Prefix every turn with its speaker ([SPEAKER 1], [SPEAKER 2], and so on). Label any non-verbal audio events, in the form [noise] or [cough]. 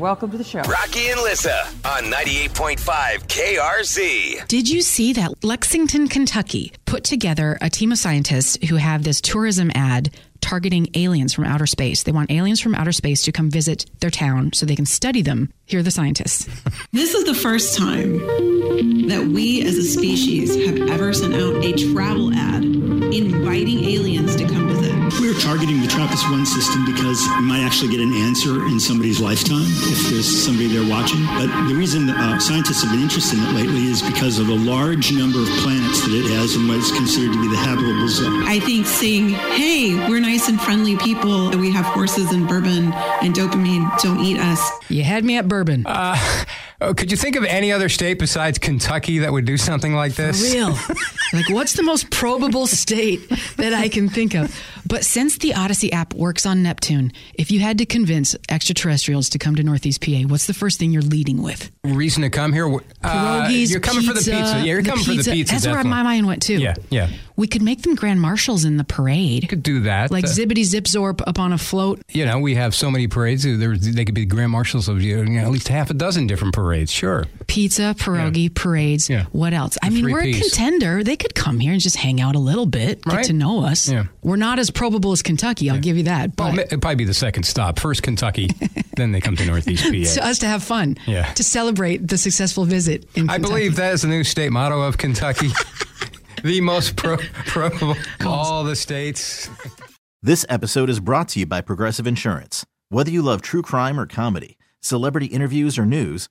[SPEAKER 1] Welcome to the show.
[SPEAKER 2] Rocky and Lissa on 98.5 KRZ.
[SPEAKER 3] Did you see that Lexington, Kentucky put together a team of scientists who have this tourism ad targeting aliens from outer space? They want aliens from outer space to come visit their town so they can study them. Here are the scientists.
[SPEAKER 4] This is the first time that we as a species have ever sent out a travel ad inviting aliens to come visit.
[SPEAKER 5] We're targeting the TRAPPIST 1 system because we might actually get an answer in somebody's lifetime if there's somebody there watching. But the reason uh, scientists have been interested in it lately is because of the large number of planets that it has and what is considered to be the habitable zone.
[SPEAKER 4] I think saying, hey, we're nice and friendly people, we have horses and bourbon and dopamine, don't eat us.
[SPEAKER 3] You had me at bourbon.
[SPEAKER 6] [laughs] Oh, could you think of any other state besides Kentucky that would do something like this? [laughs]
[SPEAKER 3] real. like, what's the most probable state that I can think of? But since the Odyssey app works on Neptune, if you had to convince extraterrestrials to come to Northeast PA, what's the first thing you're leading with?
[SPEAKER 6] Reason to come here? Uh,
[SPEAKER 3] Pierogies,
[SPEAKER 6] you're coming for the pizza. Yeah, you're coming for the pizza.
[SPEAKER 3] That's
[SPEAKER 6] definitely.
[SPEAKER 3] where my mind went too.
[SPEAKER 6] Yeah, yeah.
[SPEAKER 3] We could make them grand marshals in the parade,
[SPEAKER 6] could do that.
[SPEAKER 3] like
[SPEAKER 6] Uh,
[SPEAKER 3] zippity zip zorp up on a float.
[SPEAKER 6] you know, we have so many parades. uh, There, they could be grand marshals of you know, at least half a dozen different parades. Sure.
[SPEAKER 3] Pizza, pierogi, parades.
[SPEAKER 6] Yeah.
[SPEAKER 3] What else? I mean,
[SPEAKER 6] three
[SPEAKER 3] we're a
[SPEAKER 6] Ps.
[SPEAKER 3] contender. They could come here and just hang out a little bit, get
[SPEAKER 6] Right.
[SPEAKER 3] to know us.
[SPEAKER 6] Yeah.
[SPEAKER 3] We're not as probable as Kentucky. I'll give you that.
[SPEAKER 6] Well,
[SPEAKER 3] But
[SPEAKER 6] it'd probably be the second stop.
[SPEAKER 3] [laughs]
[SPEAKER 6] First Kentucky, then they come to Northeast PA.
[SPEAKER 3] to us to have fun,
[SPEAKER 6] Yeah.
[SPEAKER 3] to celebrate the successful visit. In
[SPEAKER 6] I
[SPEAKER 3] Kentucky.
[SPEAKER 6] believe that is the new state motto
[SPEAKER 3] [laughs]
[SPEAKER 6] of Kentucky. the most pro, pro of all the states.
[SPEAKER 7] This episode is brought to you by Progressive Insurance. Whether you love true crime or comedy, celebrity interviews or news,